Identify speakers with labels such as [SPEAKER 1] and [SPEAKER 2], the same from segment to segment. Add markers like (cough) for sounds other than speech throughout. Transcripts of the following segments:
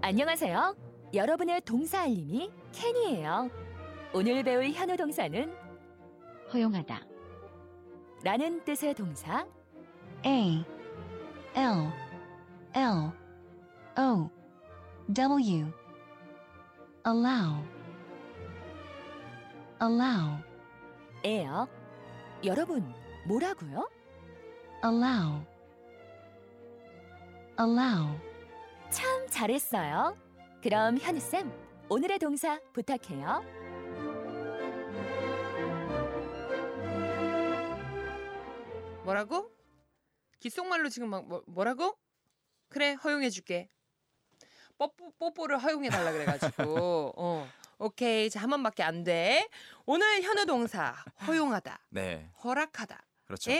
[SPEAKER 1] 안녕하세요. 여러분의 동사 알림이 캔이에요. 오늘 배울 현우 동사는
[SPEAKER 2] 허용하다.
[SPEAKER 1] 라는 뜻의 동사
[SPEAKER 2] A L L O W allow allow
[SPEAKER 1] 에요. 여러분, 뭐라고요?
[SPEAKER 2] allow allow
[SPEAKER 1] 참 잘했어요. 그럼 현우쌤, 오늘의 동사 부탁해요.
[SPEAKER 3] 뭐라고? 귓속말로 지금 막 뭐, 뭐라고? 그래 허용해줄게. 뽀뽀 뽀뽀를 허용해달라 그래가지고
[SPEAKER 4] (laughs)
[SPEAKER 3] 어 오케이 자 한 번밖에 안 돼. 오늘 현우 동사 허용하다,
[SPEAKER 4] 네,
[SPEAKER 3] 허락하다의
[SPEAKER 4] 그렇죠.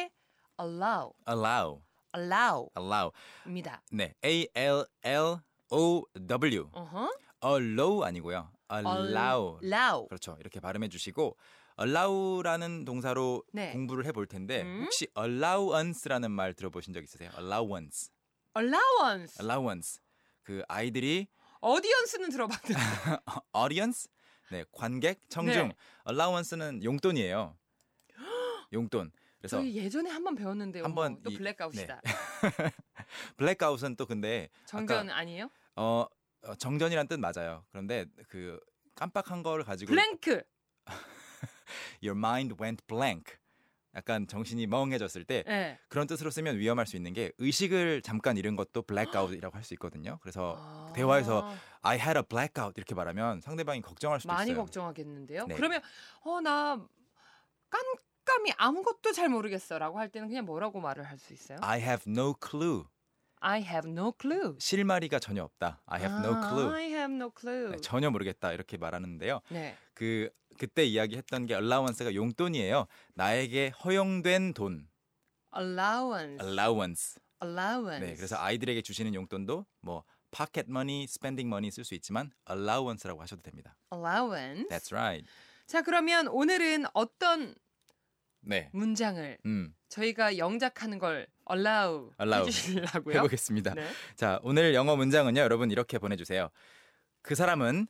[SPEAKER 3] allow,
[SPEAKER 4] allow,
[SPEAKER 3] allow입니다.
[SPEAKER 4] allow. 네, a l l o w,
[SPEAKER 3] 어허. 어.
[SPEAKER 4] allow 아니고요, allow.
[SPEAKER 3] allow.
[SPEAKER 4] 그렇죠. 이렇게 발음해 주시고 allow라는 동사로
[SPEAKER 3] 네.
[SPEAKER 4] 공부를 해볼 텐데
[SPEAKER 3] 음?
[SPEAKER 4] 혹시 allowance라는 말 들어보신 적 있으세요? allowance,
[SPEAKER 3] allowance.
[SPEAKER 4] allowance. 그 아이들이
[SPEAKER 3] audience는 들어봤는데.
[SPEAKER 4] audience, 네 관객, 청중.
[SPEAKER 3] 네. (gasps)
[SPEAKER 4] allowance는 용돈이에요. 용돈. (laughs) 그래서
[SPEAKER 3] 저희 예전에 한 번 배웠는데 뭐
[SPEAKER 4] 한번
[SPEAKER 3] 또
[SPEAKER 4] 이- 네.
[SPEAKER 3] 블랙아웃이다.
[SPEAKER 4] 블랙아웃은 또 근데
[SPEAKER 3] 정전 아니에요?
[SPEAKER 4] 어, 어, 정전이란 뜻 맞아요. 그런데 그 깜빡한 걸 가지고
[SPEAKER 3] 블랭크.
[SPEAKER 4] your mind went blank. 약간 정신이 멍해졌을 때
[SPEAKER 3] 예. 네.
[SPEAKER 4] 그런 뜻으로 쓰면 위험할 수 있는 게 의식을 잠깐 잃은 것도 blackout이라고 할 수 있거든요. 그래서 어, 대화에서
[SPEAKER 3] 아.
[SPEAKER 4] I had a blackout 이렇게 말하면 상대방이 걱정할 수도
[SPEAKER 3] 많이
[SPEAKER 4] 있어요.
[SPEAKER 3] 걱정하겠는데요.
[SPEAKER 4] 네.
[SPEAKER 3] 그러면 어 나 깜깜이 아무것도 잘 모르겠어라고 할 때는 그냥 뭐라고 말을 할 수 있어요?
[SPEAKER 4] I have no clue.
[SPEAKER 3] I have no clue.
[SPEAKER 4] 실마리가 전혀 없다. I have no
[SPEAKER 3] 아,
[SPEAKER 4] clue.
[SPEAKER 3] I have no clue.
[SPEAKER 4] 네, 전혀 모르겠다 이렇게 말하는데요.
[SPEAKER 3] 네.
[SPEAKER 4] 그 그때 이야기했던 게 allowance가 용돈이에요. 나에게 허용된 돈
[SPEAKER 3] allowance.
[SPEAKER 4] allowance.
[SPEAKER 3] allowance.
[SPEAKER 4] 네, 그래서 아이들에게 주시는 용돈도 뭐 pocket money, spending money 쓸 수 있지만 allowance라고 하셔도 됩니다.
[SPEAKER 3] allowance.
[SPEAKER 4] That's right.
[SPEAKER 3] 자, 그러면 오늘은 어떤
[SPEAKER 4] 네.
[SPEAKER 3] 문장을
[SPEAKER 4] 음,
[SPEAKER 3] 저희가 영작하는 걸 allow,
[SPEAKER 4] Allow.
[SPEAKER 3] 해 주시려고요?
[SPEAKER 4] 해보겠습니다.
[SPEAKER 3] 네.
[SPEAKER 4] 자, 오늘 영어 문장은요, 여러분 이렇게 보내주세요. 그 사람은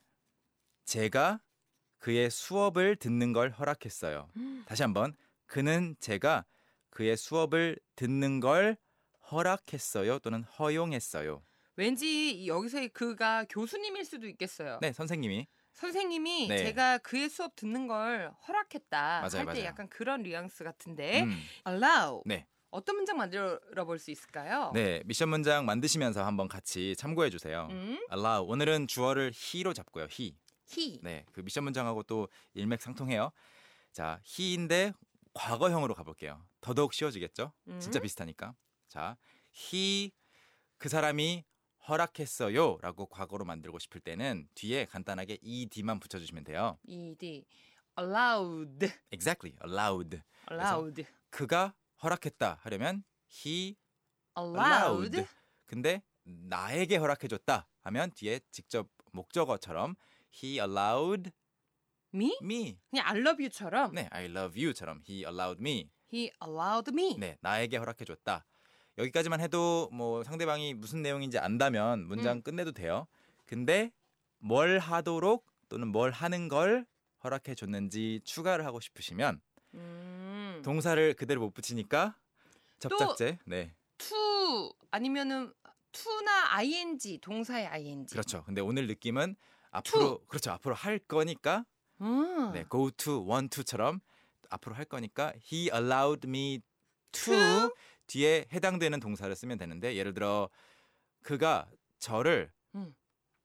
[SPEAKER 4] 제가 그의 수업을 듣는 걸 허락했어요. 다시 한번, 그는 제가 그의 수업을 듣는 걸 허락했어요 또는 허용했어요.
[SPEAKER 3] 왠지 여기서의 그가 교수님일 수도 있겠어요.
[SPEAKER 4] 네, 선생님이
[SPEAKER 3] 선생님이
[SPEAKER 4] 네.
[SPEAKER 3] 제가 그의 수업 듣는 걸 허락했다 할 때
[SPEAKER 4] 맞아요, 맞아요.
[SPEAKER 3] 약간 그런 뉘앙스 같은데
[SPEAKER 4] 음,
[SPEAKER 3] allow
[SPEAKER 4] 네.
[SPEAKER 3] 어떤 문장 만들어 볼 수 있을까요?
[SPEAKER 4] 네 미션 문장 만드시면서 한번 같이 참고해 주세요.
[SPEAKER 3] 음,
[SPEAKER 4] allow 오늘은 주어를 he로 잡고요. he.
[SPEAKER 3] he
[SPEAKER 4] 네, 그 미션 문장하고 또 일맥상통해요. 자, he인데 과거형으로 가볼게요. 더더욱 쉬워지겠죠?
[SPEAKER 3] 음.
[SPEAKER 4] 진짜 비슷하니까. 자, he 그 사람이 허락했어요라고 과거로 만들고 싶을 때는 뒤에 간단하게 ed만 붙여주시면 돼요.
[SPEAKER 3] ed allowed
[SPEAKER 4] Exactly, allowed.
[SPEAKER 3] allowed
[SPEAKER 4] 그가 허락했다 하려면 he allowed.
[SPEAKER 3] allowed
[SPEAKER 4] 근데 나에게 허락해줬다 하면 뒤에 직접 목적어처럼 he allowed
[SPEAKER 3] me
[SPEAKER 4] me.
[SPEAKER 3] 그냥 I love you처럼
[SPEAKER 4] 네, I love you처럼 he allowed me.
[SPEAKER 3] he allowed me
[SPEAKER 4] 네, 나에게 허락해줬다. 여기까지만 해도 뭐 상대방이 무슨 내용인지 안다면 문장 끝내도 돼요. 근데 뭘 하도록 또는 뭘 하는 걸 허락해줬는지 추가를 하고 싶으시면
[SPEAKER 3] 음,
[SPEAKER 4] 동사를 그대로 못 붙이니까
[SPEAKER 3] 또-
[SPEAKER 4] 접착제. 네,
[SPEAKER 3] to 아니면은 to나 ing 동사의 ing
[SPEAKER 4] 그렇죠. 근데 오늘 느낌은 앞으로 그렇죠. 앞으로 할 거니까
[SPEAKER 3] 음,
[SPEAKER 4] 네, go to, want to처럼 앞으로 할 거니까 he allowed me to,
[SPEAKER 3] To?
[SPEAKER 4] 뒤에 해당되는 동사를 쓰면 되는데 예를 들어 그가 저를
[SPEAKER 3] 음.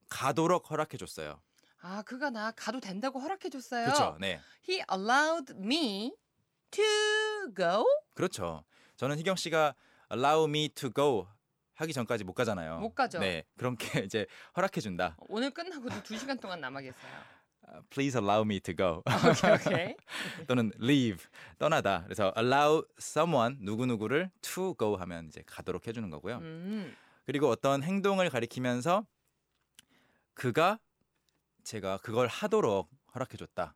[SPEAKER 4] 가도록 허락해 줬어요.
[SPEAKER 3] 아 그가 나 가도 된다고 허락해 줬어요
[SPEAKER 4] 그렇죠. 네.
[SPEAKER 3] He allowed me to go.
[SPEAKER 4] 그렇죠. 저는 희경 씨가 allow me to go 하기 전까지 못 가잖아요.
[SPEAKER 3] 못 가죠.
[SPEAKER 4] 네. 그렇게 (laughs) 이제 허락해 준다.
[SPEAKER 3] 오늘 끝나고도 두 시간 동안 남아 계세요.
[SPEAKER 4] Please allow me to go.
[SPEAKER 3] 오케이
[SPEAKER 4] (laughs)
[SPEAKER 3] 오케이.
[SPEAKER 4] 또는 leave 떠나다. 그래서 allow someone 누구누구를 to go 하면 이제 가도록 해 주는 거고요.
[SPEAKER 3] 음,
[SPEAKER 4] 그리고 어떤 행동을 가리키면서 그가 제가 그걸 하도록 허락해 줬다.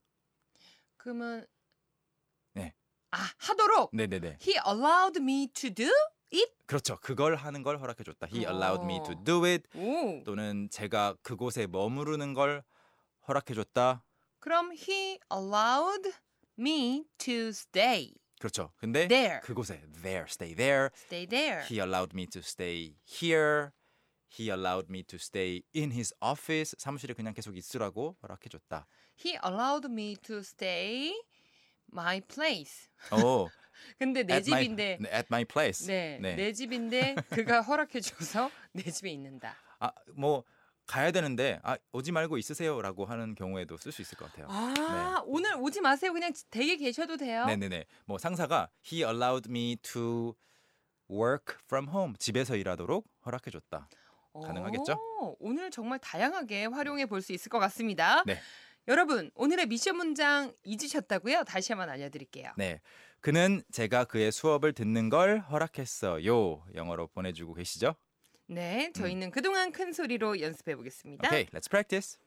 [SPEAKER 3] 그러면
[SPEAKER 4] 네.
[SPEAKER 3] 아 하도록
[SPEAKER 4] 네, 네, 네.
[SPEAKER 3] he allowed me to do it?
[SPEAKER 4] 그렇죠. 그걸 하는 걸 허락해 줬다. He
[SPEAKER 3] 어.
[SPEAKER 4] allowed me to do it.
[SPEAKER 3] 오.
[SPEAKER 4] 또는 제가 그곳에 머무르는 걸 허락해 줬다.
[SPEAKER 3] 그럼 he allowed me to stay
[SPEAKER 4] 그렇죠. 근데
[SPEAKER 3] there.
[SPEAKER 4] 그곳에 there stay there.
[SPEAKER 3] stay there.
[SPEAKER 4] He allowed me to stay here. He allowed me to stay in his office. 사무실에 그냥 계속 있으라고
[SPEAKER 3] (laughs)
[SPEAKER 4] 허락해 줬다.
[SPEAKER 3] He allowed me to stay my place.
[SPEAKER 4] 오.
[SPEAKER 3] 근데 내
[SPEAKER 4] Oh, at my-
[SPEAKER 3] 집인데
[SPEAKER 4] 네, at my place.
[SPEAKER 3] 네,
[SPEAKER 4] 네.
[SPEAKER 3] 내 집인데 그가 허락해줘서 내 집에 있는다.
[SPEAKER 4] 아, 뭐 가야 되는데 아, 오지 말고 있으세요라고 하는 경우에도 쓸 수 있을 것 같아요.
[SPEAKER 3] 아, 오늘 오지 마세요. 그냥 댁에 계셔도 돼요.
[SPEAKER 4] 네. 네네네. 뭐 상사가 he allowed me to work from home 집에서 일하도록 허락해줬다. 가능하겠죠?
[SPEAKER 3] 오, 오늘 정말 다양하게 활용해 볼 수 있을 것 같습니다.
[SPEAKER 4] 네.
[SPEAKER 3] 여러분, 오늘의 미션 문장 잊으셨다고요? 다시 한번 알려드릴게요.
[SPEAKER 4] 네. 그는 제가 그의 수업을 듣는 걸 허락했어요. 영어로 보내주고 계시죠?
[SPEAKER 3] 네,
[SPEAKER 4] 음.
[SPEAKER 3] 저희는 그동안 큰 소리로 연습해 보겠습니다.
[SPEAKER 4] Okay, let's practice.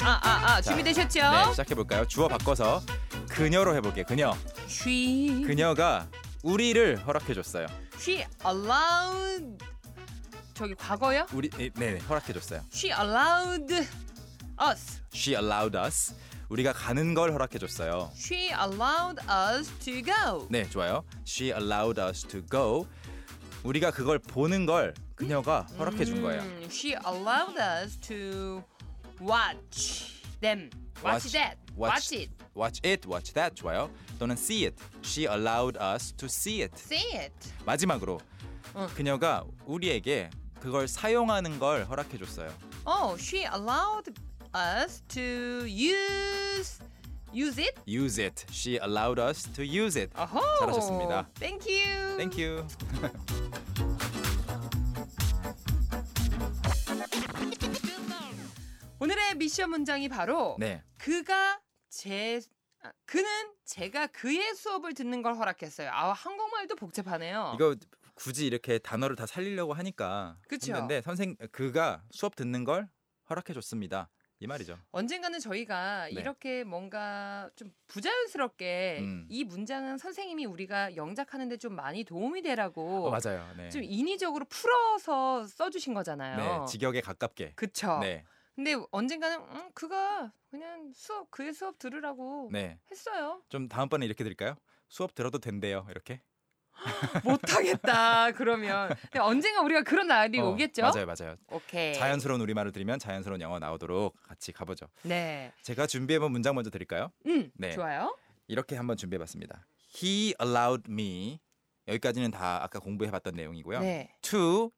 [SPEAKER 3] 아, 아, 아, 준비되셨죠?
[SPEAKER 4] 네, 시작해 볼까요? 주어 바꿔서 그녀로 해볼게요. 그녀.
[SPEAKER 3] She
[SPEAKER 4] 네. 그녀가 우리를 허락해줬어요.
[SPEAKER 3] she allowed 저기 과거요?
[SPEAKER 4] 우리 네, 네 허락해줬어요.
[SPEAKER 3] She allowed us.
[SPEAKER 4] She allowed us 우리가 가는 걸 허락해줬어요.
[SPEAKER 3] She allowed us to go.
[SPEAKER 4] 네, 좋아요. She allowed us to go. 우리가 그걸 보는 걸 그녀가 허락해 준 거예요.
[SPEAKER 3] 음, she allowed us to watch them. Watch,
[SPEAKER 4] Watch-
[SPEAKER 3] that.
[SPEAKER 4] watch-
[SPEAKER 3] Watch it.
[SPEAKER 4] Watch it, watch that. 좋아요. 또는 see it. She allowed us to see it.
[SPEAKER 3] See it.
[SPEAKER 4] 마지막으로
[SPEAKER 3] 어.
[SPEAKER 4] 그녀가 우리에게 그걸 사용하는 걸 허락해 줬어요.
[SPEAKER 3] Oh, she allowed us to use use it.
[SPEAKER 4] Use it. She allowed us to use it.
[SPEAKER 3] 어허.
[SPEAKER 4] 잘하셨습니다.
[SPEAKER 3] Thank you.
[SPEAKER 4] Thank you.
[SPEAKER 3] 오늘의 미션 문장이 바로
[SPEAKER 4] 네.
[SPEAKER 3] 그가 제 아, 그는 제가 그의 수업을 듣는 걸 허락했어요. 아 한국말도 복잡하네요.
[SPEAKER 4] 이거 굳이 이렇게 단어를 다 살리려고 하니까
[SPEAKER 3] 그쵸.
[SPEAKER 4] 힘든데 선생 그가 수업 듣는 걸 허락해 줬습니다. 이 말이죠.
[SPEAKER 3] 언젠가는 저희가
[SPEAKER 4] 네.
[SPEAKER 3] 이렇게 뭔가 좀 부자연스럽게
[SPEAKER 4] 음.
[SPEAKER 3] 이 문장은 선생님이 우리가 영작하는데 좀 많이 도움이 되라고
[SPEAKER 4] 어, 맞아요. 네.
[SPEAKER 3] 좀 인위적으로 풀어서 써주신 거잖아요.
[SPEAKER 4] 네, 직역에 가깝게.
[SPEAKER 3] 그쵸.
[SPEAKER 4] 네,
[SPEAKER 3] 근데 언젠가는 음, 그가 그냥 수업 그의 수업 들으라고
[SPEAKER 4] 네.
[SPEAKER 3] 했어요.
[SPEAKER 4] 좀 다음번에 이렇게 드릴까요? 수업 들어도 된대요. 이렇게.
[SPEAKER 3] 못하겠다 (laughs) 그러면 근데 언젠가 우리가 그런 날이
[SPEAKER 4] 어,
[SPEAKER 3] 오겠죠. 네.
[SPEAKER 4] 맞아요, 맞아요.
[SPEAKER 3] 오케이.
[SPEAKER 4] 자연스러운 우리말을 들으면 자연스러운 영어 나오도록 같이 가보죠.
[SPEAKER 3] 네.
[SPEAKER 4] 제가 준비해본 문장 먼저 드릴까요?
[SPEAKER 3] 음.
[SPEAKER 4] 네.
[SPEAKER 3] 좋아요.
[SPEAKER 4] 이렇게 한번 준비해봤습니다. He allowed me. 여기까지는 다 아까 공부해봤던 내용이고요.
[SPEAKER 3] 네.
[SPEAKER 4] To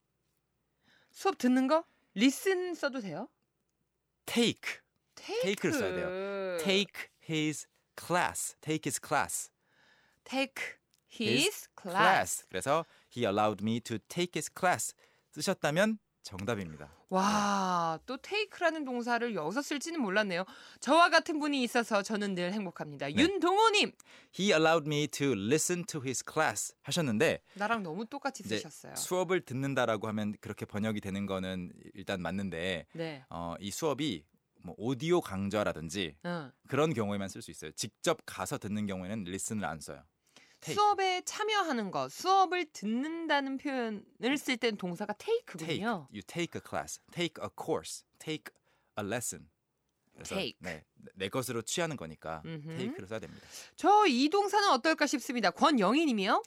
[SPEAKER 3] 수업 듣는 거 listen 써도 돼요?
[SPEAKER 4] take,
[SPEAKER 3] take.
[SPEAKER 4] take를 써야 돼요.
[SPEAKER 3] 그
[SPEAKER 4] take his class, take his class,
[SPEAKER 3] take his,
[SPEAKER 4] his
[SPEAKER 3] class.
[SPEAKER 4] 그래서 he allowed me to take his class 쓰셨다면 정답입니다.
[SPEAKER 3] 와,
[SPEAKER 4] 네.
[SPEAKER 3] 또 take라는 동사를 여기서 쓸지는 몰랐네요. 저와 같은 분이 있어서 저는 늘 행복합니다.
[SPEAKER 4] 네.
[SPEAKER 3] 윤동호님,
[SPEAKER 4] He allowed me to listen to his class 하셨는데
[SPEAKER 3] 나랑 너무 똑같이
[SPEAKER 4] 이제
[SPEAKER 3] 쓰셨어요.
[SPEAKER 4] 네. 수업을 듣는다라고 하면 그렇게 번역이 되는 거는 일단 맞는데
[SPEAKER 3] 네.
[SPEAKER 4] 어, 이 수업이 뭐 오디오 강좌라든지
[SPEAKER 3] 응.
[SPEAKER 4] 그런 경우에만 쓸 수 있어요. 직접 가서 듣는 경우에는 listen을 안 써요. take.
[SPEAKER 3] 수업에 참여하는 거, 수업을 듣는다는 표현을 쓸 땐 동사가
[SPEAKER 4] Take,
[SPEAKER 3] take군요.
[SPEAKER 4] you take a class, take a course, take a lesson. 그래서
[SPEAKER 3] Take.
[SPEAKER 4] 네, 내 것으로 취하는 거니까
[SPEAKER 3] 음흠.
[SPEAKER 4] take를 써야 됩니다.
[SPEAKER 3] 저 이 동사는 어떨까 싶습니다. 권영희님이요.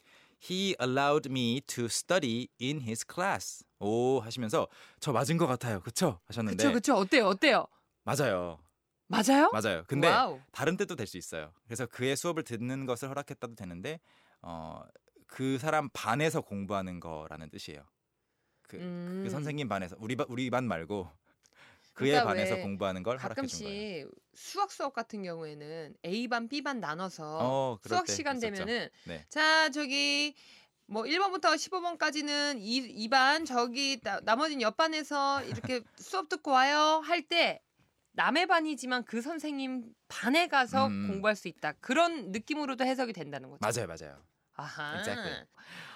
[SPEAKER 4] He allowed me to study in his class. 오 하시면서 저 맞은 것 같아요. 그쵸? 하셨는데
[SPEAKER 3] 그쵸, 그쵸. 어때요, 어때요?
[SPEAKER 4] 맞아요.
[SPEAKER 3] 맞아요?
[SPEAKER 4] 맞아요. 근데
[SPEAKER 3] 와우.
[SPEAKER 4] 다른 뜻도 될 수 있어요. 그래서 그의 수업을 듣는 것을 허락했다도 되는데 어, 그 사람 반에서 공부하는 거라는 뜻이에요. 그, 그
[SPEAKER 3] 음.
[SPEAKER 4] 선생님 반에서 우리 반 우리 반 말고 그의
[SPEAKER 3] 그러니까
[SPEAKER 4] 반에서
[SPEAKER 3] 왜
[SPEAKER 4] 공부하는 걸 허락해 준 거예요.
[SPEAKER 3] 가끔씩 수학 수업 같은 경우에는 A 반, B 반 나눠서
[SPEAKER 4] 어, 그럴
[SPEAKER 3] 수학
[SPEAKER 4] 때
[SPEAKER 3] 시간
[SPEAKER 4] 있었죠.
[SPEAKER 3] 되면은
[SPEAKER 4] 네.
[SPEAKER 3] 자 저기 뭐 1번부터 15번까지는 이 2반 저기 나, 나머지는 옆반에서
[SPEAKER 4] (laughs)
[SPEAKER 3] 이렇게 수업 듣고 와요 할 때 남의 반이지만 그 선생님 반에 가서
[SPEAKER 4] 음.
[SPEAKER 3] 공부할 수 있다 그런 느낌으로도 해석이 된다는 거죠.
[SPEAKER 4] 맞아요, 맞아요.
[SPEAKER 3] 아하.
[SPEAKER 4] Exactly.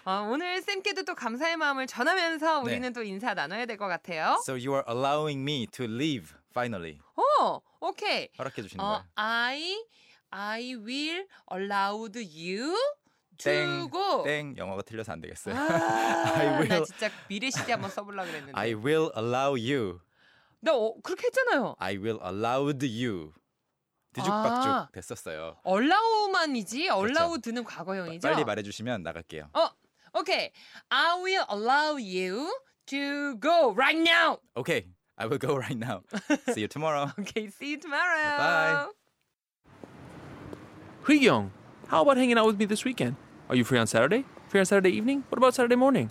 [SPEAKER 3] 어, 오늘 쌤께도 또 감사의 마음을 전하면서
[SPEAKER 4] 네.
[SPEAKER 3] 우리는 또 인사 나눠야 될 것 같아요.
[SPEAKER 4] So you are 네. allowing me to leave finally.
[SPEAKER 3] 오, 오케이.
[SPEAKER 4] 허락해 주시는
[SPEAKER 3] 어,
[SPEAKER 4] 거예요.
[SPEAKER 3] I I will allow you to
[SPEAKER 4] 땡,
[SPEAKER 3] go.
[SPEAKER 4] 땡 영어가 틀려서 안 되겠어요. (laughs)
[SPEAKER 3] 아, 네.
[SPEAKER 4] I will-
[SPEAKER 3] 나 진짜 미래 시대 한번 써보려고 그랬는데.
[SPEAKER 4] I will allow you.
[SPEAKER 3] 나 어, 그렇게 했잖아요.
[SPEAKER 4] I will allowed you. 뒤죽박죽
[SPEAKER 3] 아.
[SPEAKER 4] 됐었어요.
[SPEAKER 3] allow만이지
[SPEAKER 4] 그렇죠.
[SPEAKER 3] allow드는 과거형이죠.
[SPEAKER 4] 빨리 말해주시면 나갈게요.
[SPEAKER 3] 오케이. I will allow you to go right now.
[SPEAKER 4] Okay, I will go (laughs) right now. See you tomorrow.
[SPEAKER 3] Okay, see you tomorrow.
[SPEAKER 4] Bye.
[SPEAKER 5] Young, how about hanging out with me this weekend? Are you free on Saturday? Free on Saturday evening? What about Saturday morning?